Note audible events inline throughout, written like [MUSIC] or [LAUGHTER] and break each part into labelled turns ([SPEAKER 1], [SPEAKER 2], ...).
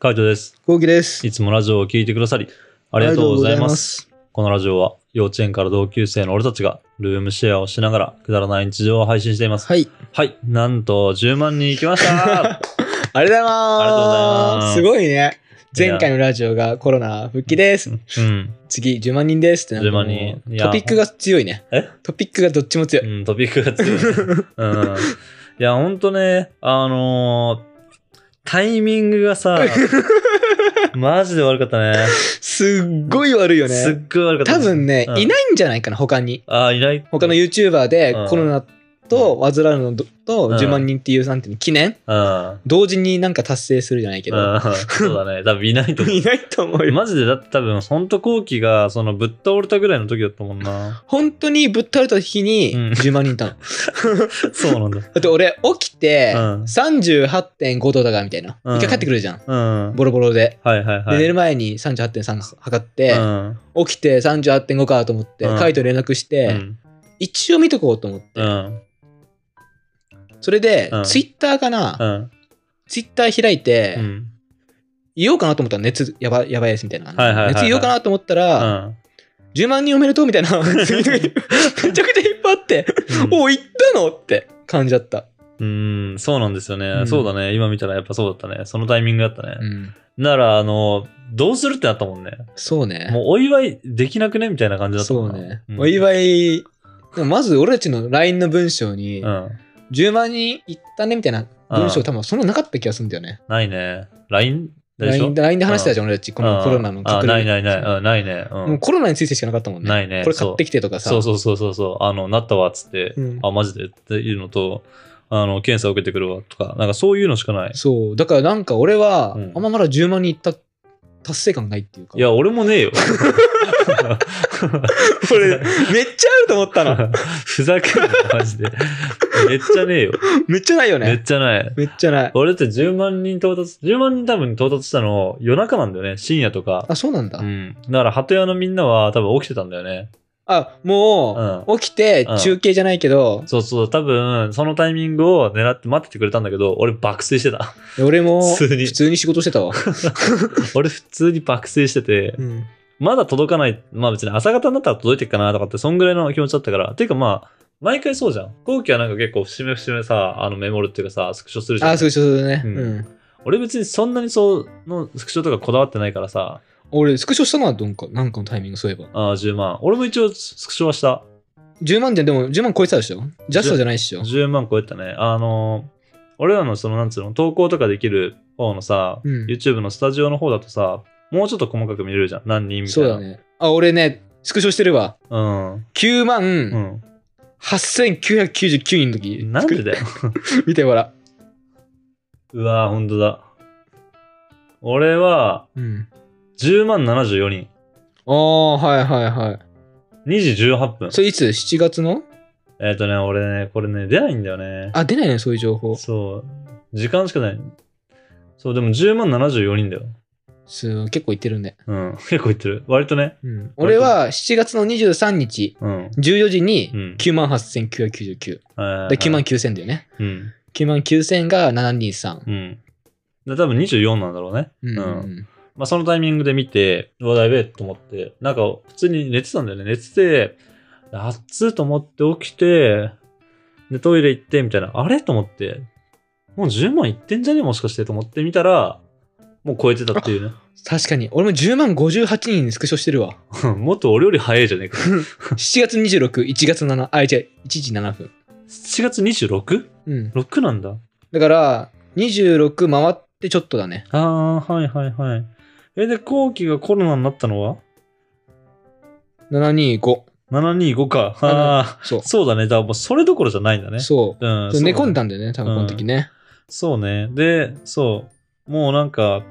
[SPEAKER 1] カイトです。
[SPEAKER 2] こうきです。
[SPEAKER 1] いつもラジオを聞いてくださり、ありがとうございます。
[SPEAKER 2] ありがとうござい
[SPEAKER 1] このラジオは、幼稚園から同級生の俺たちが、ルームシェアをしながら、くだらない日常を配信していま
[SPEAKER 2] ます。
[SPEAKER 1] す。
[SPEAKER 2] はい。
[SPEAKER 1] はい、なんと、10万人いきました
[SPEAKER 2] [LAUGHS] ありがとう
[SPEAKER 1] ありがとうございます
[SPEAKER 2] すごいね。前回のラジオがコロナ復帰です。
[SPEAKER 1] うん、
[SPEAKER 2] 次10万人ですってなんかもう
[SPEAKER 1] 10万人いや
[SPEAKER 2] トピックが強いね。
[SPEAKER 1] え
[SPEAKER 2] トピックがどっちも強い。
[SPEAKER 1] うん、トピックが強いね。
[SPEAKER 2] [LAUGHS]
[SPEAKER 1] うん。いや、ほんとね、あのータイミングが
[SPEAKER 2] [LAUGHS]
[SPEAKER 1] さ、マジで悪かったね。
[SPEAKER 2] すっごい悪いよ
[SPEAKER 1] すっ
[SPEAKER 2] ね。
[SPEAKER 1] ごい悪かった。
[SPEAKER 2] 多分ね、
[SPEAKER 1] うん
[SPEAKER 2] いないんじゃないかな、他に。
[SPEAKER 1] あー、いない。
[SPEAKER 2] 他の YouTuber で
[SPEAKER 1] うん
[SPEAKER 2] コロナと患うのと
[SPEAKER 1] うん
[SPEAKER 2] 10万人っていうなんていうの記念
[SPEAKER 1] うん。
[SPEAKER 2] 同時になんか達成するじゃないけど。
[SPEAKER 1] うんそうだね。多分いないと思う
[SPEAKER 2] [LAUGHS] いないと思うよ。
[SPEAKER 1] マジでだって多分ほんと後期がそのぶっ倒れたぐらいの時だったもんな
[SPEAKER 2] 本当にぶっ倒れた日に
[SPEAKER 1] うん
[SPEAKER 2] 10万人いたの。
[SPEAKER 1] [LAUGHS] そうなんだ
[SPEAKER 2] だって俺起きて
[SPEAKER 1] うん
[SPEAKER 2] 38.5度だからみたいな、
[SPEAKER 1] うん
[SPEAKER 2] 一回帰ってくるじゃん
[SPEAKER 1] うんはい
[SPEAKER 2] ボロボロで。
[SPEAKER 1] はいはい
[SPEAKER 2] で寝る前に38.3測って、
[SPEAKER 1] うん
[SPEAKER 2] 起きて38.5かと思って、
[SPEAKER 1] うん
[SPEAKER 2] カイトに連絡して、
[SPEAKER 1] うん
[SPEAKER 2] 一応見とこうと思って、
[SPEAKER 1] うん
[SPEAKER 2] それで、
[SPEAKER 1] うん
[SPEAKER 2] ツイッターかな、
[SPEAKER 1] うん
[SPEAKER 2] ツイッター開いて、
[SPEAKER 1] うん
[SPEAKER 2] 言おうかなと思ったら熱やばやばいですみたい
[SPEAKER 1] は
[SPEAKER 2] な、
[SPEAKER 1] いはいはいはい
[SPEAKER 2] 熱言おうかなと思ったら、
[SPEAKER 1] [LAUGHS] うん
[SPEAKER 2] 10万人おめでとう
[SPEAKER 1] [LAUGHS]
[SPEAKER 2] みたいなツイートがめちゃくちゃいっぱいあって、お行ったのって感じだった、
[SPEAKER 1] うんうんそうなんですよね、
[SPEAKER 2] うん
[SPEAKER 1] そうだね今見たらやっぱそうだったねそのタイミングだったね
[SPEAKER 2] う、ん、
[SPEAKER 1] ならあのどうするってなったもんね
[SPEAKER 2] そうね
[SPEAKER 1] もうお祝いできなくねみたいな感じだった
[SPEAKER 2] そ
[SPEAKER 1] も
[SPEAKER 2] うん
[SPEAKER 1] な
[SPEAKER 2] ね。
[SPEAKER 1] ん
[SPEAKER 2] お祝い、でもまず俺たちの LINE の文章に
[SPEAKER 1] う、ん
[SPEAKER 2] 10万人いったねみたいな文章多分そんななかった気がするんだよね。
[SPEAKER 1] ないね LINE でし
[SPEAKER 2] LINE
[SPEAKER 1] ょ
[SPEAKER 2] で LINE で話してたじゃん、俺たち。このコロナの
[SPEAKER 1] あ
[SPEAKER 2] 隔離
[SPEAKER 1] ないないないうんないねうん
[SPEAKER 2] もうコロナについてしかなかったもんね。
[SPEAKER 1] ないね
[SPEAKER 2] これ買ってきてとかさ。
[SPEAKER 1] そうそうそうそうそうあのなったわっつって、
[SPEAKER 2] うん
[SPEAKER 1] あマジでっていうのとあの検査受けてくるわとかなんかそういうのしかない
[SPEAKER 2] そうだからなんか俺は、
[SPEAKER 1] うん
[SPEAKER 2] あんままだ10万人いった達成感ないっていうか。
[SPEAKER 1] いや、俺もねえよ
[SPEAKER 2] [LAUGHS] これめっちゃあると思ったの。
[SPEAKER 1] [LAUGHS] ふざけんなマジでめっちゃねえよ、
[SPEAKER 2] めっちゃないよ
[SPEAKER 1] めっ
[SPEAKER 2] ね。
[SPEAKER 1] ちゃない
[SPEAKER 2] めっちゃない。
[SPEAKER 1] 俺って10万人到達10万人多分到達したの夜中なんだよね深夜とか
[SPEAKER 2] あ、そうなんだ。
[SPEAKER 1] うんだから鳩屋のみんなは多分起きてたんだよね
[SPEAKER 2] あ、もう、起きて
[SPEAKER 1] うん
[SPEAKER 2] 中継じゃないけど、
[SPEAKER 1] そうそう多分そのタイミングを狙って待っててくれたんだけど俺爆睡してた [LAUGHS]
[SPEAKER 2] 俺も
[SPEAKER 1] 普
[SPEAKER 2] 普
[SPEAKER 1] 通に
[SPEAKER 2] 通に仕事してたわ。
[SPEAKER 1] 俺普通に爆睡してて、
[SPEAKER 2] うん
[SPEAKER 1] まだ届かない、まあ別に朝方になったら届いてっかなとかって、そんぐらいの気持ちだったから。ていうかまあ、毎回そうじゃん。後期はなんか結構節目節目さ、あのメモるっていうかさ、スクショするじゃ
[SPEAKER 2] あ、
[SPEAKER 1] ん
[SPEAKER 2] そ。うそうそうね。
[SPEAKER 1] うん
[SPEAKER 2] うん
[SPEAKER 1] 俺別にそんなにそのスクショとかこだわってないからさ、
[SPEAKER 2] 俺、スクショしたのはどんか、なんかのタイミング、そういえば。
[SPEAKER 1] あー10万。俺も一応スクショはした。
[SPEAKER 2] 10万じゃ、でも10万超えてたでしょジャストじゃないっしょ
[SPEAKER 1] 10万超えたね。あのー俺らのそのなんつうの、投稿とかできる方のさ、
[SPEAKER 2] うん
[SPEAKER 1] YouTube のスタジオの方だとさ、もうちょっと細かく見れるじゃん。何人みた
[SPEAKER 2] そ
[SPEAKER 1] いうな。
[SPEAKER 2] だ。ね。あ、俺ね、スクショしてるわ。
[SPEAKER 1] うん。
[SPEAKER 2] 9
[SPEAKER 1] う
[SPEAKER 2] 万
[SPEAKER 1] ん。
[SPEAKER 2] 8999人の時。
[SPEAKER 1] なんでだよ。
[SPEAKER 2] 作る見てほら。
[SPEAKER 1] うわー、ほんとだ。俺は、
[SPEAKER 2] うん。
[SPEAKER 1] 10万74人。
[SPEAKER 2] ああ、はいはいはい。
[SPEAKER 1] 2時18分。
[SPEAKER 2] それいつ ?7 月の
[SPEAKER 1] えっ、とね、俺ね、これね、出ないんだよね。
[SPEAKER 2] あ、出ないね、そういう情報。
[SPEAKER 1] そう。時間しかない。そう、でも10万74人だよ。
[SPEAKER 2] そう結構いってるね。
[SPEAKER 1] うん。 [LAUGHS] 結構いってる。割とね。
[SPEAKER 2] うん。俺は7月の23日、
[SPEAKER 1] うん。
[SPEAKER 2] 14時
[SPEAKER 1] う
[SPEAKER 2] に
[SPEAKER 1] ん
[SPEAKER 2] 9万8999。で、9万
[SPEAKER 1] 万
[SPEAKER 2] 9000だよね。
[SPEAKER 1] うん。
[SPEAKER 2] 9万9000が723。
[SPEAKER 1] うん。で多分24なんだろうね。
[SPEAKER 2] うん。
[SPEAKER 1] まあ、そのタイミングで見て、うわ、だいべえと思って、なんか、普通に寝てたんだよね。寝てて、暑っと思って起きて、で、トイレ行って、みたいな、あれと思って、もう10万いってんじゃねえもしかしてと思ってみたら、もう超えてたっていうね。 [LAUGHS]
[SPEAKER 2] 確かに。俺も10万58人にスクショしてるわ。
[SPEAKER 1] もっと俺より早いじゃねえか。
[SPEAKER 2] 7月26、1月7、あ、違う、1時7分。
[SPEAKER 1] 7月 26?6
[SPEAKER 2] うん。
[SPEAKER 1] なんだ。
[SPEAKER 2] だから、26回ってちょっとだね。
[SPEAKER 1] あー、はいはいはい。え、で、後期がコロナになったのは
[SPEAKER 2] 725。
[SPEAKER 1] ?725 か。あ
[SPEAKER 2] そ
[SPEAKER 1] ー、そうだね。だからもうそれどころじゃないんだ
[SPEAKER 2] う。
[SPEAKER 1] ね。。
[SPEAKER 2] そう
[SPEAKER 1] ん、
[SPEAKER 2] う。寝込ん
[SPEAKER 1] だ
[SPEAKER 2] だんだよね、多分この時ね。
[SPEAKER 1] そうね。で、そう。もうなんか、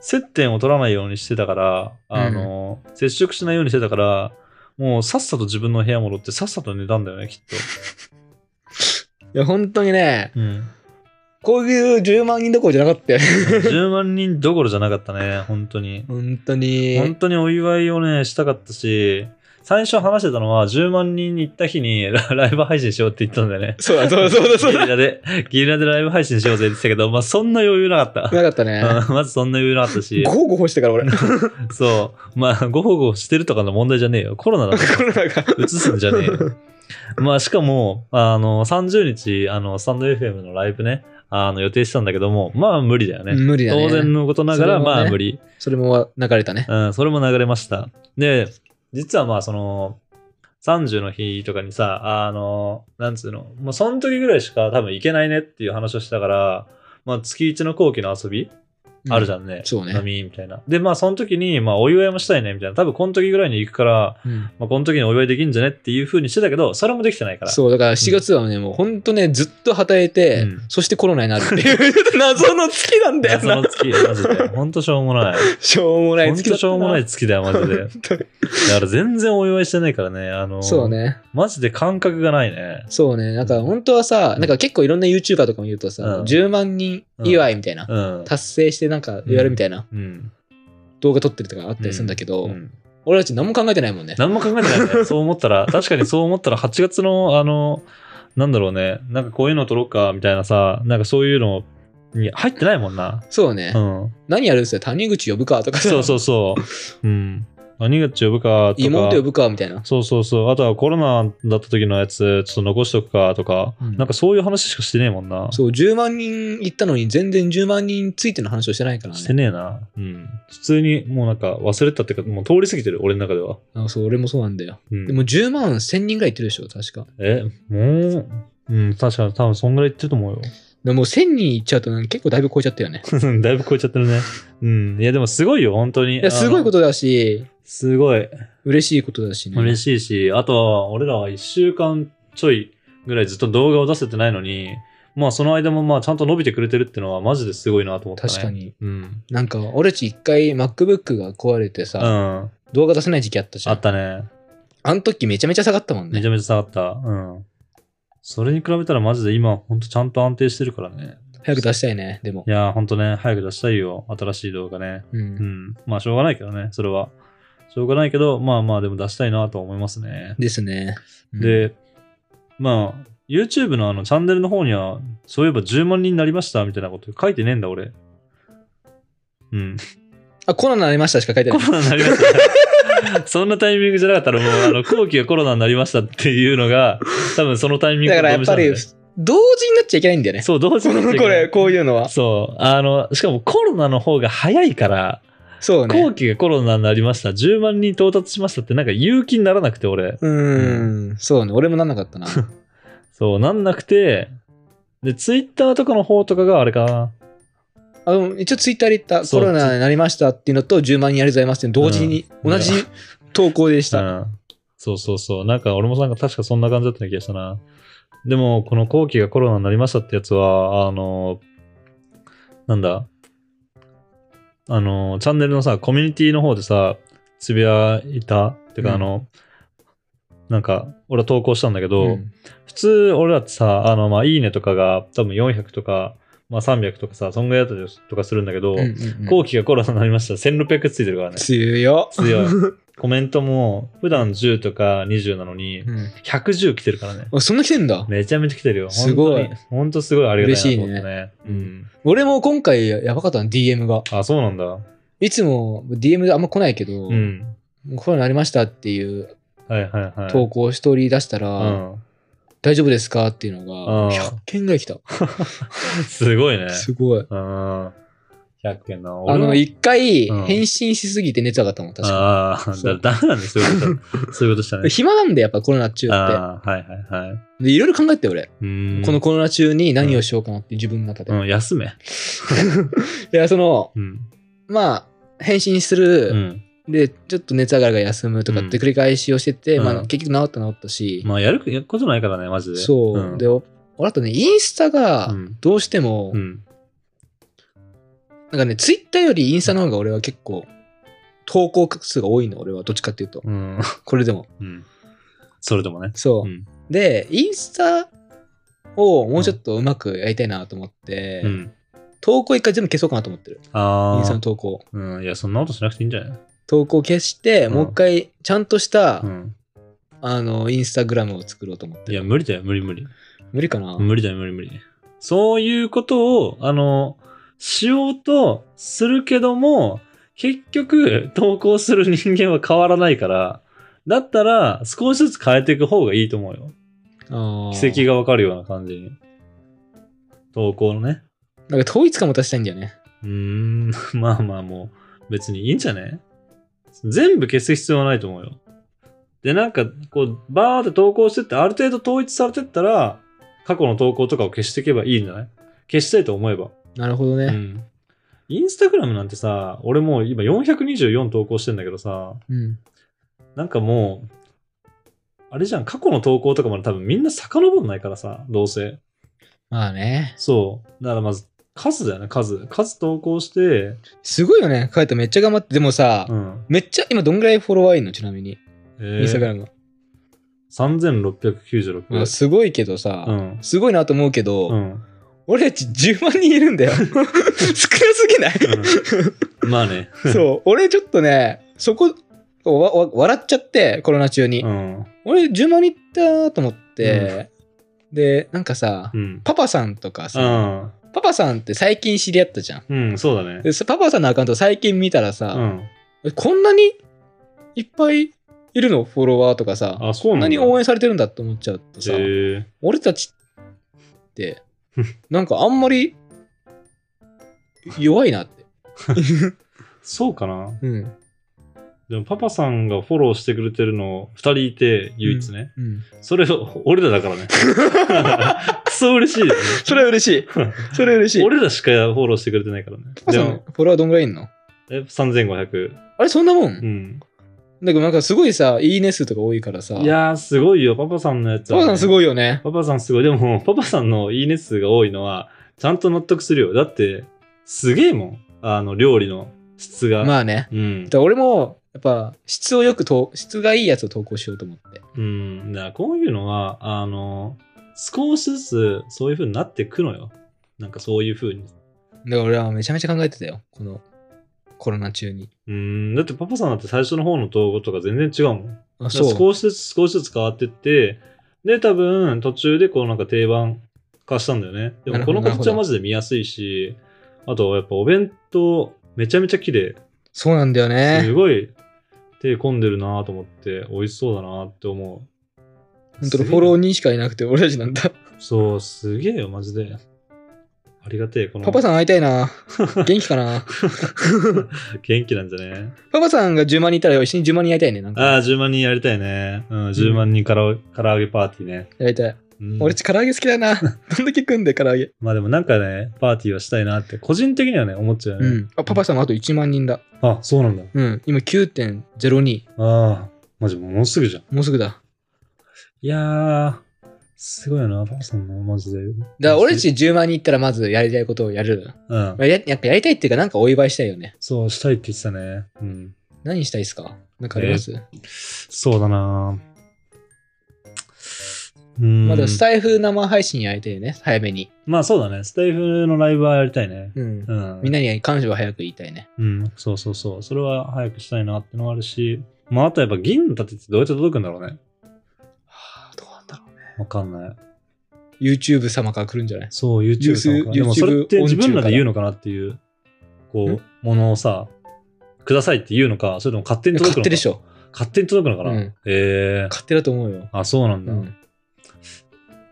[SPEAKER 1] 接点を取らないようにしてたから、あの、接触しないようにしてたから、もうさっさと自分の部屋戻ってさっさと寝たんだよね、きっ
[SPEAKER 2] いや、本当にね、
[SPEAKER 1] と。 [LAUGHS] うん。
[SPEAKER 2] こういう10万人どころじゃなかったよ。
[SPEAKER 1] 10万人 [LAUGHS] どころじゃなかったね、本当に。
[SPEAKER 2] 本当
[SPEAKER 1] 本
[SPEAKER 2] に。
[SPEAKER 1] 当にお祝いをね、したかったし、最初話してたのは10万人に行った日に [LAUGHS] ラライブ配信しようって言ったんだよね。
[SPEAKER 2] そうだ、そうだ、そうだ、そう
[SPEAKER 1] ゲ [LAUGHS]
[SPEAKER 2] だ。
[SPEAKER 1] リラで、ゲリラでライブ配信しようぜって言ってたけど、まあそんな余裕なかっ
[SPEAKER 2] なかった
[SPEAKER 1] た
[SPEAKER 2] ね。。
[SPEAKER 1] うんまずそんな余裕なかったし
[SPEAKER 2] ゴ、ーゴーしてから俺。
[SPEAKER 1] [LAUGHS]
[SPEAKER 2] コ
[SPEAKER 1] そう。まあ、ごほごほしてるとかの問題じゃねえよ。コロナ
[SPEAKER 2] [LAUGHS]
[SPEAKER 1] だから
[SPEAKER 2] ロナが。
[SPEAKER 1] 移すんじゃねえよ。まあ、しかも、あの、30日、あの、スタンド FM のライブね、あの、予定してたんだけども、まあ無理だよね。
[SPEAKER 2] 無理だね。
[SPEAKER 1] 当然のことながら、
[SPEAKER 2] それは
[SPEAKER 1] ま
[SPEAKER 2] ね
[SPEAKER 1] あ無理。
[SPEAKER 2] それも流れたね。
[SPEAKER 1] うん、それも流れました。で、実はまあその、30の日とかにさ、あの、なんつうの、もうその時ぐらいしか多分行けないねっていう話をしたから、まあ月1の後期の遊び、あるじ
[SPEAKER 2] ゃん。
[SPEAKER 1] ゃんね。
[SPEAKER 2] そうね
[SPEAKER 1] 飲みみたいな。で、まあその時に、まあお祝いもしたいねみたいな。多分この時ぐらいに行くから、
[SPEAKER 2] うん
[SPEAKER 1] まあこの時にお祝いできんじゃねっていう風にしてたけど、それもできてないから。
[SPEAKER 2] そう、だから7月はね、もうほんとね、ずっと働いて
[SPEAKER 1] うん、
[SPEAKER 2] そしてコロナになるっていう、謎の月なんだ
[SPEAKER 1] [LAUGHS]
[SPEAKER 2] よ
[SPEAKER 1] 謎
[SPEAKER 2] な
[SPEAKER 1] の。月、マジ
[SPEAKER 2] [LAUGHS]
[SPEAKER 1] で。ほんとしょうもない。
[SPEAKER 2] しょうもない
[SPEAKER 1] ほん
[SPEAKER 2] 月
[SPEAKER 1] と
[SPEAKER 2] だったな。
[SPEAKER 1] しょうもない月だよ、マジで。だ
[SPEAKER 2] 当に
[SPEAKER 1] から全然お祝いしてないからね。あの、
[SPEAKER 2] [LAUGHS] そうね。
[SPEAKER 1] マジで感覚がないね。
[SPEAKER 2] そうね。なんか本当はさ、なんか結構いろんな YouTuber とかも言うとさ、
[SPEAKER 1] うん
[SPEAKER 2] 10万人祝いみたいな、
[SPEAKER 1] うん。
[SPEAKER 2] 達成してなんかやるみたいな
[SPEAKER 1] うん。
[SPEAKER 2] 動画撮ってるとかあったりするんだけど、
[SPEAKER 1] うん
[SPEAKER 2] 俺たち何も考えてないもんね。
[SPEAKER 1] 何も考えてない
[SPEAKER 2] [LAUGHS]
[SPEAKER 1] ね。そう思ったら、確かにそう思ったら、8月の、あの、なんだろうね、なんかこういうの撮ろうか、みたいなさ、なんかそういうのに入ってないもんな。
[SPEAKER 2] そうね。
[SPEAKER 1] うん。
[SPEAKER 2] 何やるっすよ、谷口呼ぶかとかさ、
[SPEAKER 1] そうそうそう。うん。何が呼ぶかとか。
[SPEAKER 2] 妹呼ぶかみたいな。
[SPEAKER 1] そうそうそう。あとはコロナだった時のやつ、ちょっと残しとくかとか、
[SPEAKER 2] うん
[SPEAKER 1] なんかそういう話しかしてねえもんな。
[SPEAKER 2] そう、10万人行ったのに全然10万人ついての話をしてないから
[SPEAKER 1] して
[SPEAKER 2] ね。
[SPEAKER 1] ねえな。うん。普通にもうなんか忘れたっていうか、もう通り過ぎてる、俺の中では。
[SPEAKER 2] あそう、俺もそうなんだよ。
[SPEAKER 1] うん
[SPEAKER 2] でも10万1000人ぐらい行ってるでしょ、確か。
[SPEAKER 1] え、もう、うん、確かに多分そんぐらい言ってると思うよ。 [LAUGHS]
[SPEAKER 2] でも1000人行っちゃうとなんか結構だいぶ超えちゃったよね。
[SPEAKER 1] だいぶ超えちゃってるね。うん。いや、でもすごいよ、本当に。。
[SPEAKER 2] いや、すごいこととだし、
[SPEAKER 1] すごい。
[SPEAKER 2] 嬉しいことだしね。
[SPEAKER 1] 嬉しいし、あとは、俺らは1週間ちょいぐらいずっと動画を出せてないのに、まあ、その間もまあ、ちゃんと伸びてくれてるってのは、マジですごいなと思ったね。
[SPEAKER 2] 確か。に。
[SPEAKER 1] うん。
[SPEAKER 2] なんか、俺たち一回 MacBook が壊れて
[SPEAKER 1] う
[SPEAKER 2] さ、
[SPEAKER 1] ん。
[SPEAKER 2] 動画出せない時期あったじゃ
[SPEAKER 1] あ
[SPEAKER 2] ん。
[SPEAKER 1] ったね。
[SPEAKER 2] あの時めちゃめちゃ下がったもん
[SPEAKER 1] め
[SPEAKER 2] ね
[SPEAKER 1] ち。ゃめちゃ下がった。うん。それに比べたら、マジで今、ほんとちゃんと安定してるからね。
[SPEAKER 2] 早く出したいね、でも
[SPEAKER 1] い。やー、ほんとね、早く出したいよ、新しい動画ね。
[SPEAKER 2] う。
[SPEAKER 1] うんん。まあ、しょうがないけどね、それは。しょうがないけど、まあまあ、でも出したいなとは思いますね。
[SPEAKER 2] ですね。うん、
[SPEAKER 1] で、まあ、YouTube のあのチャンネルの方には、そういえば10万人になりましたみたいなこと書いてねえんだ、俺。うん。
[SPEAKER 2] あ、コロナになりましたしか書いてな
[SPEAKER 1] コ
[SPEAKER 2] い。
[SPEAKER 1] ロナになりました。 [LAUGHS] そんなタイミングじゃなかったら、もう、あの、後期がコロナになりましたっていうのが、多分そのタイミング
[SPEAKER 2] だからやっぱり
[SPEAKER 1] 同時なんだよ、
[SPEAKER 2] 同時になっちゃいけないんだよ
[SPEAKER 1] ね
[SPEAKER 2] ね。
[SPEAKER 1] そう、同時
[SPEAKER 2] こ
[SPEAKER 1] になっちゃいけ
[SPEAKER 2] のこ
[SPEAKER 1] ない
[SPEAKER 2] れ、こういうのは。
[SPEAKER 1] そう。あの、しかもコロナの方が早いから、
[SPEAKER 2] そうね
[SPEAKER 1] 後。期がコロナになりました、10万人到達しましたって、なんか勇気にならなくて、俺。
[SPEAKER 2] うーん。そうね。俺もなんな
[SPEAKER 1] [LAUGHS]
[SPEAKER 2] かったな。
[SPEAKER 1] そう、なんなくて、で、ツイッターとかの方とかがあれかな。
[SPEAKER 2] あの一応ツイッターで言った、
[SPEAKER 1] そ
[SPEAKER 2] コ
[SPEAKER 1] う
[SPEAKER 2] ロナになりましたっていうのと、10万人ありがとうございますっていうの同時に、
[SPEAKER 1] うん
[SPEAKER 2] 同じ投稿でした。
[SPEAKER 1] うん。そうそうそう。なんか俺もなんか確かそんな感じだったような気がしたな。でも、この後期がコロナになりましたってやつは、あの、なんだ、あの、チャンネルのさ、コミュニティの方でさ、つぶやいた、ってか、
[SPEAKER 2] うん
[SPEAKER 1] あの、なんか、俺は投稿したんだけど、
[SPEAKER 2] うん
[SPEAKER 1] 普通俺らってさ、あの、まあ、いいねとかが多分400とか、まあ、300とかさ、そんぐらいだったりとかするんだけど、
[SPEAKER 2] うんうんうん
[SPEAKER 1] 後期がコロナになりました1600ついてるからね。
[SPEAKER 2] 強
[SPEAKER 1] 強い。
[SPEAKER 2] [LAUGHS]
[SPEAKER 1] コメントも、普段10とか20なのに、
[SPEAKER 2] うん
[SPEAKER 1] 110来てるからね。
[SPEAKER 2] あそんな来てんだ。
[SPEAKER 1] めちゃめちゃ来てるよ。
[SPEAKER 2] すごい
[SPEAKER 1] 本当に。本当すごいありがたいなと思ってね。う
[SPEAKER 2] 嬉しいね
[SPEAKER 1] ん。
[SPEAKER 2] 俺も今回やばかったな、DM が。
[SPEAKER 1] あ、そうなんだ。
[SPEAKER 2] いつも DM であんま来ないけど、
[SPEAKER 1] うん。
[SPEAKER 2] コロナになりましたっていう
[SPEAKER 1] はいはいはい。
[SPEAKER 2] 投稿をストーリー出したら、
[SPEAKER 1] うん。
[SPEAKER 2] 大丈夫ですかっていうの
[SPEAKER 1] うん
[SPEAKER 2] が、100件ぐらい来た。
[SPEAKER 1] すごいね。
[SPEAKER 2] すごい。
[SPEAKER 1] うん。100件な。
[SPEAKER 2] あ
[SPEAKER 1] 俺も
[SPEAKER 2] の、一回
[SPEAKER 1] うん
[SPEAKER 2] 返信しすぎて熱上がったもん、確か
[SPEAKER 1] ああ、
[SPEAKER 2] そう
[SPEAKER 1] だダメなんですよ。そういう
[SPEAKER 2] [LAUGHS]
[SPEAKER 1] ことそういうことしたね
[SPEAKER 2] に。。暇なんだよ、やっぱコロナ中って。
[SPEAKER 1] ああ、はいはいはい。う
[SPEAKER 2] で、いろいろ考えてよ俺。
[SPEAKER 1] ーん。
[SPEAKER 2] この、コロナ中に何をしようかなって自分の中で。
[SPEAKER 1] うん、休め。
[SPEAKER 2] [LAUGHS] いや、その、
[SPEAKER 1] うん。
[SPEAKER 2] まあ、返信す
[SPEAKER 1] う
[SPEAKER 2] る、
[SPEAKER 1] ん。
[SPEAKER 2] で、ちょっと熱上がるが休むとかって繰り返しをしてて、
[SPEAKER 1] うん
[SPEAKER 2] まあ
[SPEAKER 1] う、ん
[SPEAKER 2] 結局治った治ったし、
[SPEAKER 1] まあ、やることないからね、マジで。
[SPEAKER 2] そう、
[SPEAKER 1] ん
[SPEAKER 2] で、俺あとね、インスタが
[SPEAKER 1] う、ん。
[SPEAKER 2] どうしても、
[SPEAKER 1] うん。
[SPEAKER 2] なんかね、ツイッターよりインスタの方が俺は結構、投稿数が多いの、俺は。どっちかっていうと。
[SPEAKER 1] うん。
[SPEAKER 2] これでも。
[SPEAKER 1] うん。それでもね。
[SPEAKER 2] そ
[SPEAKER 1] う
[SPEAKER 2] う。
[SPEAKER 1] ん。
[SPEAKER 2] で、インスタをもうちょっとうまくやりたいなと思って、
[SPEAKER 1] うん。
[SPEAKER 2] 投稿一回全部消そうかなと思ってる。
[SPEAKER 1] ああ。
[SPEAKER 2] インスタの投稿。
[SPEAKER 1] うん、いや、そんなことしなくていいんじゃない
[SPEAKER 2] 投稿消して、
[SPEAKER 1] うん
[SPEAKER 2] もう一回ちゃんとした
[SPEAKER 1] うん。
[SPEAKER 2] あの、インスタグラムを作ろうと思って。
[SPEAKER 1] いや、無理だよ、無理無理。
[SPEAKER 2] 無理かな、
[SPEAKER 1] 無理だよ、無理無理。そういうことを、あの、しようとするけども、結局、投稿する人間は変わらないから、だったら、少しずつ変えていく方がいいと思うよ。
[SPEAKER 2] あー
[SPEAKER 1] 奇跡がわかるような感じに。投稿のね。
[SPEAKER 2] なんか統一感も出したいんだよね。
[SPEAKER 1] うーん、 [LAUGHS] まあまあもう、別にいいんじゃね全部消す必要はないと思うよ。で、なんか、こう、バーって投稿してって、ある程度統一されてったら、過去の投稿とかを消していけばいいんじゃない消したいと思えば。
[SPEAKER 2] なるほどね。
[SPEAKER 1] うん。インスタグラムなんてさ、俺もう今424投稿してんだけどさ、
[SPEAKER 2] うん。
[SPEAKER 1] なんかもう、あれじゃん、過去の投稿とかまで多分みんな遡んないからさ、どうせ。
[SPEAKER 2] まあね。
[SPEAKER 1] そう。だからまず、数だよね、数。数投稿して、
[SPEAKER 2] すごいよね。カイトめっちゃ頑張って。でもさ、
[SPEAKER 1] うん。
[SPEAKER 2] めっちゃ、今どんぐらいフォロワーいんのちなみに。
[SPEAKER 1] え
[SPEAKER 2] インスタグ
[SPEAKER 1] ー、
[SPEAKER 2] ラム。まあ
[SPEAKER 1] 3696。
[SPEAKER 2] すごいけどさ、
[SPEAKER 1] うん。
[SPEAKER 2] すごいなと思うけど、
[SPEAKER 1] うん。
[SPEAKER 2] 俺たち10万人いるんだよ。少なすぎない、
[SPEAKER 1] まあね。
[SPEAKER 2] [LAUGHS] そう。俺ちょっとね、そこ、わわ笑っちゃって、コロナ中に。
[SPEAKER 1] うん。
[SPEAKER 2] 俺10万人いったなと思って、で、なんかさ、
[SPEAKER 1] うん。
[SPEAKER 2] パパさんとか
[SPEAKER 1] う
[SPEAKER 2] さ、
[SPEAKER 1] ん。
[SPEAKER 2] パパさんって最近知り合ったじゃん。
[SPEAKER 1] うん、そうだね。
[SPEAKER 2] でパパさんのアカウント最近見たら
[SPEAKER 1] う
[SPEAKER 2] さ、
[SPEAKER 1] ん。
[SPEAKER 2] こんなにいっぱいいるのフォロワーとかさ、
[SPEAKER 1] あ、そう
[SPEAKER 2] こん
[SPEAKER 1] なだ。
[SPEAKER 2] なんに応援されてるんだって思っちゃうとさ、
[SPEAKER 1] へえ
[SPEAKER 2] 俺たち [LAUGHS] って、なんかあんまり弱いなって。
[SPEAKER 1] そうかな。
[SPEAKER 2] うん。
[SPEAKER 1] でもパパさんがフォローしてくれてるの2人いて唯一ね、
[SPEAKER 2] うん。
[SPEAKER 1] それを俺らだ
[SPEAKER 2] [LAUGHS]
[SPEAKER 1] からねクソ嬉しいよね
[SPEAKER 2] それは嬉 [LAUGHS] しい。それは嬉しい。
[SPEAKER 1] 俺らしかフォローしてくれてないからね
[SPEAKER 2] パパさん
[SPEAKER 1] で
[SPEAKER 2] の
[SPEAKER 1] も
[SPEAKER 2] フォロワーどんぐらいいんの
[SPEAKER 1] え3500
[SPEAKER 2] あれ、そんなもん、
[SPEAKER 1] うん
[SPEAKER 2] だけどなんかすごいさ、いいね数とか多いからさ。
[SPEAKER 1] いやーすごいよパパさんのやつ
[SPEAKER 2] パ
[SPEAKER 1] はね、
[SPEAKER 2] パさんす
[SPEAKER 1] い
[SPEAKER 2] ごいよね。
[SPEAKER 1] パパさんすごいでもパパさんのいいね数が多いのはちゃんと納得するよだってすげえもんあの料理の質が、
[SPEAKER 2] まあね。
[SPEAKER 1] うん
[SPEAKER 2] だ、から俺も、やっぱ、質をよくと、質がいいやつを投稿しようと思って。
[SPEAKER 1] うん、だからこういうのは、あの、少しずつそういう風になっていくのよ。なんかそういう風に。
[SPEAKER 2] だから俺はめちゃめちゃ考えてたよ。この、コロナ中に。
[SPEAKER 1] うん、だってパパさんだって最初の方の投稿とか全然違うもん。
[SPEAKER 2] あ、
[SPEAKER 1] だから
[SPEAKER 2] そう。
[SPEAKER 1] 少しずつ少しずつ変わってって、で、多分途中でこうなんか定番化したんだよね。で
[SPEAKER 2] なる
[SPEAKER 1] も
[SPEAKER 2] ほ
[SPEAKER 1] こ
[SPEAKER 2] ど
[SPEAKER 1] の形はマジで見やすいし、あとやっぱお弁当めちゃめちゃ綺麗。
[SPEAKER 2] そうなんだよ
[SPEAKER 1] す
[SPEAKER 2] ね。
[SPEAKER 1] ごい手込んでるなと思って、美味しそうだなって思う。
[SPEAKER 2] 本当にフォロー
[SPEAKER 1] ー
[SPEAKER 2] にしかいなくて、俺たちなんだ。
[SPEAKER 1] そう、すげえよ、マジで。ありがてえ、この。
[SPEAKER 2] パパさん会いた
[SPEAKER 1] [LAUGHS]
[SPEAKER 2] いな。元気かな。
[SPEAKER 1] 元気なんじゃね
[SPEAKER 2] パパさんが10万人いたら一緒に10万人やりたいね。なんか
[SPEAKER 1] ああ、10万人やりたいね。うん、10万人から、唐揚げパーティーね。
[SPEAKER 2] やりたい。
[SPEAKER 1] うん、
[SPEAKER 2] 俺たち唐揚げ好きだな。どんだけ食うんで唐揚げ。
[SPEAKER 1] まあでもなんかね、パーティーはしたいなって、個人的にはね、思っちゃうよ
[SPEAKER 2] う
[SPEAKER 1] ね。
[SPEAKER 2] ん。あ、パパさんもあと1万人だ。
[SPEAKER 1] あ、そうなんだ。
[SPEAKER 2] うん。今9.02。
[SPEAKER 1] ああ、マジもうすぐじゃん。
[SPEAKER 2] もうすぐだ。だか
[SPEAKER 1] いやー、すごいよな、パパさんの、マジで。
[SPEAKER 2] ら俺たち10万人いったらまずやりたいことをやる。
[SPEAKER 1] うん
[SPEAKER 2] ま。あやなんかやりたいっていうか、なんかお祝いしたいよね。
[SPEAKER 1] そう、したいって言ってたね。うん。
[SPEAKER 2] 何したいっすかなんかあります、
[SPEAKER 1] そうだなうん。
[SPEAKER 2] まあでもスタイフ生配信やりたいよね。早めに。
[SPEAKER 1] まあそうだね。スタイフのライブはやりたいね。
[SPEAKER 2] うん
[SPEAKER 1] う。ん。
[SPEAKER 2] みんなに感謝を早く言いたいね。
[SPEAKER 1] うん、そうそうそう。それは早くしたいなってのもあるし、まあ、あとやっぱ銀の盾ってどうやって届くんだろうね。
[SPEAKER 2] はあ、どうなんだろうね。
[SPEAKER 1] わかんない。
[SPEAKER 2] YouTube 様から来るんじゃない
[SPEAKER 1] そう、YouTube さんから。
[SPEAKER 2] YouTube
[SPEAKER 1] でもそれって自分らで
[SPEAKER 2] 音中から
[SPEAKER 1] 言うのかなっていう、こ
[SPEAKER 2] ん
[SPEAKER 1] う、ものをさ、くださいって言うのか、それとも勝手に届くの
[SPEAKER 2] 勝
[SPEAKER 1] か。
[SPEAKER 2] 手でしょ。
[SPEAKER 1] 勝手に届くのかな。
[SPEAKER 2] うん
[SPEAKER 1] ええ
[SPEAKER 2] 勝手だと思うよ。
[SPEAKER 1] あ、そうなん
[SPEAKER 2] う
[SPEAKER 1] だ。
[SPEAKER 2] ん。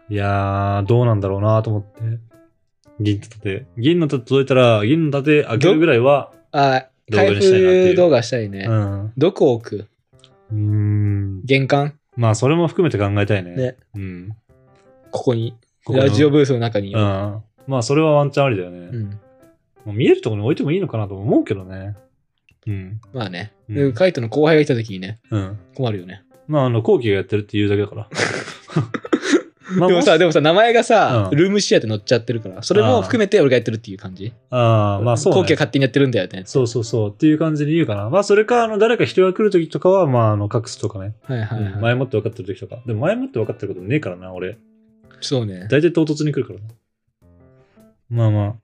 [SPEAKER 1] いやー、どうなんだろうなと思って。銀の盾。銀の盾届いたら、銀の盾あげるぐらいは、
[SPEAKER 2] あ、
[SPEAKER 1] 動画
[SPEAKER 2] 開
[SPEAKER 1] にしたいなっていう
[SPEAKER 2] 封動画したいね。
[SPEAKER 1] うん。う
[SPEAKER 2] どこ置く
[SPEAKER 1] ーん。
[SPEAKER 2] 玄関
[SPEAKER 1] まあ、それも含めて考えたいね。
[SPEAKER 2] ね。
[SPEAKER 1] うん。
[SPEAKER 2] ここに。
[SPEAKER 1] ここの
[SPEAKER 2] ラジオブースの中に。
[SPEAKER 1] う。
[SPEAKER 2] うん
[SPEAKER 1] まあ、それはワンチャンありだよね。
[SPEAKER 2] ん。
[SPEAKER 1] もう見えるところに置いてもいいのかなとも思うけどね。うん。
[SPEAKER 2] まあね。
[SPEAKER 1] うん
[SPEAKER 2] でカイトの後輩が来た時にね、
[SPEAKER 1] うん。
[SPEAKER 2] 困るよね。
[SPEAKER 1] まあ、あの、後期がやってるっていうだけだ
[SPEAKER 2] [LAUGHS]
[SPEAKER 1] から。まあ
[SPEAKER 2] でもさ、
[SPEAKER 1] し
[SPEAKER 2] でもさ、名前がさ、
[SPEAKER 1] うん
[SPEAKER 2] ルームシェアって載っちゃってるから、それも含めて俺がやってるっていう感じ。
[SPEAKER 1] ああ、まあそう、
[SPEAKER 2] 後期が
[SPEAKER 1] ね。
[SPEAKER 2] 勝手にやってるんだよね。
[SPEAKER 1] そうそうそう。っていう感じで言うかな。まあ、それか、あの、誰か人が来るときとかは、まあ、あの、隠すとかね。
[SPEAKER 2] はいはい
[SPEAKER 1] うん
[SPEAKER 2] はい。
[SPEAKER 1] 前もって分かってるときとか。でも、前もって分かってることねえからな、俺。
[SPEAKER 2] そうね。
[SPEAKER 1] 大体唐突に来るからな。まあまあ。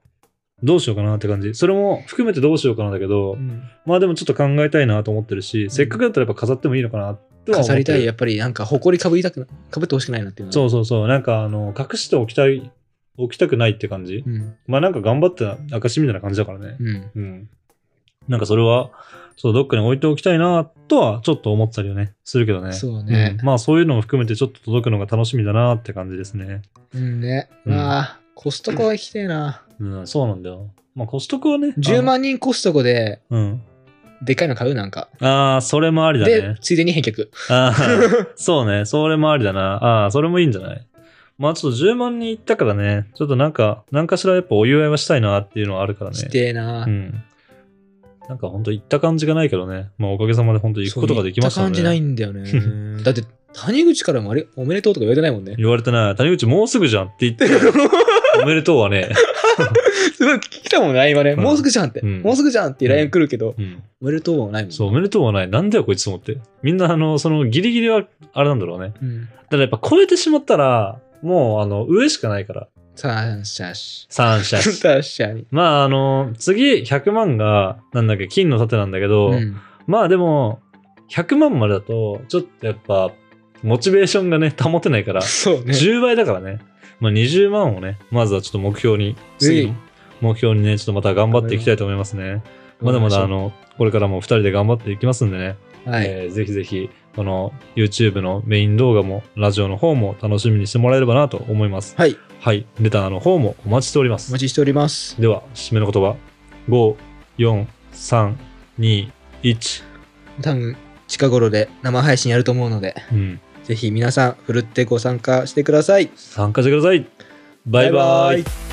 [SPEAKER 1] どうしようかなって感じ。それも含めてどうしようかなだけど、まあでもちょっと考えたいなと思ってるし、せっかくだったらやっぱ飾ってもいいのかなとは思ってる
[SPEAKER 2] 飾りたい、やっぱりなんか、誇りかぶりたくな、かぶってほしくないなっていうのは
[SPEAKER 1] そうそうそう。なんかあの、隠しておきたい、おきたくないって感じ。
[SPEAKER 2] うん。
[SPEAKER 1] まあなんか頑張った証みたいな感じだからね。
[SPEAKER 2] うん。
[SPEAKER 1] うん。なんかそれは、そう、どっかに置いておきたいなとはちょっと思ったりはね、するけどね。
[SPEAKER 2] そうね
[SPEAKER 1] んまあそういうのも含めてちょっと届くのが楽しみだなって感じですね。
[SPEAKER 2] うんね。
[SPEAKER 1] うん
[SPEAKER 2] まあ、コストコは行きたいな。
[SPEAKER 1] うん、そうなんだよ。まあコストコはね。
[SPEAKER 2] 10万人コストコで、
[SPEAKER 1] あのうん。
[SPEAKER 2] でかいの買うなんか。
[SPEAKER 1] ああ、それもありだ
[SPEAKER 2] で
[SPEAKER 1] ね、。
[SPEAKER 2] ついでに返却。
[SPEAKER 1] あーそうね、それもありだな。ああ、それもいいんじゃないまあちょっと10万人いったからね、ちょっとなんか、何かしらやっぱお祝いはしたいなっていうのはあるからね。
[SPEAKER 2] してえな
[SPEAKER 1] う。ん。なんか本当行った感じがないけどね。まあおかげさまで本当行くことができました
[SPEAKER 2] そう行った感じない
[SPEAKER 1] ね。
[SPEAKER 2] んだよね。だって、谷口からもあれ、おめでとうとか言われてないもんね。
[SPEAKER 1] [LAUGHS] 言われてない。谷口もうすぐじゃんって言って、おめでとうはね。
[SPEAKER 2] [LAUGHS] すごい来たもんね、今ね。
[SPEAKER 1] うん
[SPEAKER 2] もうすぐじゃんって。
[SPEAKER 1] うん
[SPEAKER 2] もうすぐじゃんって LINE 来るけど、
[SPEAKER 1] うん。
[SPEAKER 2] おめでとうはないもんね。
[SPEAKER 1] そう、おめでとうはない。なんだよこいつと思って。みんなあの、そのギリギリはあれなんだろうね。
[SPEAKER 2] うん。
[SPEAKER 1] だからやっぱ超えてしまったら、もうあの、上しかないから。
[SPEAKER 2] さあ、しゃし。
[SPEAKER 1] 三
[SPEAKER 2] [LAUGHS]
[SPEAKER 1] 者。
[SPEAKER 2] 確かに。
[SPEAKER 1] まああの、次100万が、なんだっけ、金の盾なんだけど、
[SPEAKER 2] うん
[SPEAKER 1] まあでも、100万までだと、ちょっとやっぱ、モチベーションがね、保てないから、
[SPEAKER 2] そうね。
[SPEAKER 1] 10倍だからね。まあ、20万をね、まずはちょっと目標に、次の目標にね、ちょっとまた頑張っていきたいと思いますね。まだまだあの、これからも2人で頑張っていきますんでね、
[SPEAKER 2] はい。
[SPEAKER 1] えーぜひぜひ、この YouTube のメイン動画も、ラジオの方も楽しみにしてもらえればなと思います。
[SPEAKER 2] はい。
[SPEAKER 1] はい、レターの方もお待ちしておりま
[SPEAKER 2] お
[SPEAKER 1] す。
[SPEAKER 2] 待ちしております。
[SPEAKER 1] では、締めの言葉、5、4、3、2、1。
[SPEAKER 2] 多分、近頃で生配信やると思うので、
[SPEAKER 1] うん。
[SPEAKER 2] ぜひ皆さん、ふるってご参加してください。
[SPEAKER 1] 参加してください。バイバイ。
[SPEAKER 2] イ。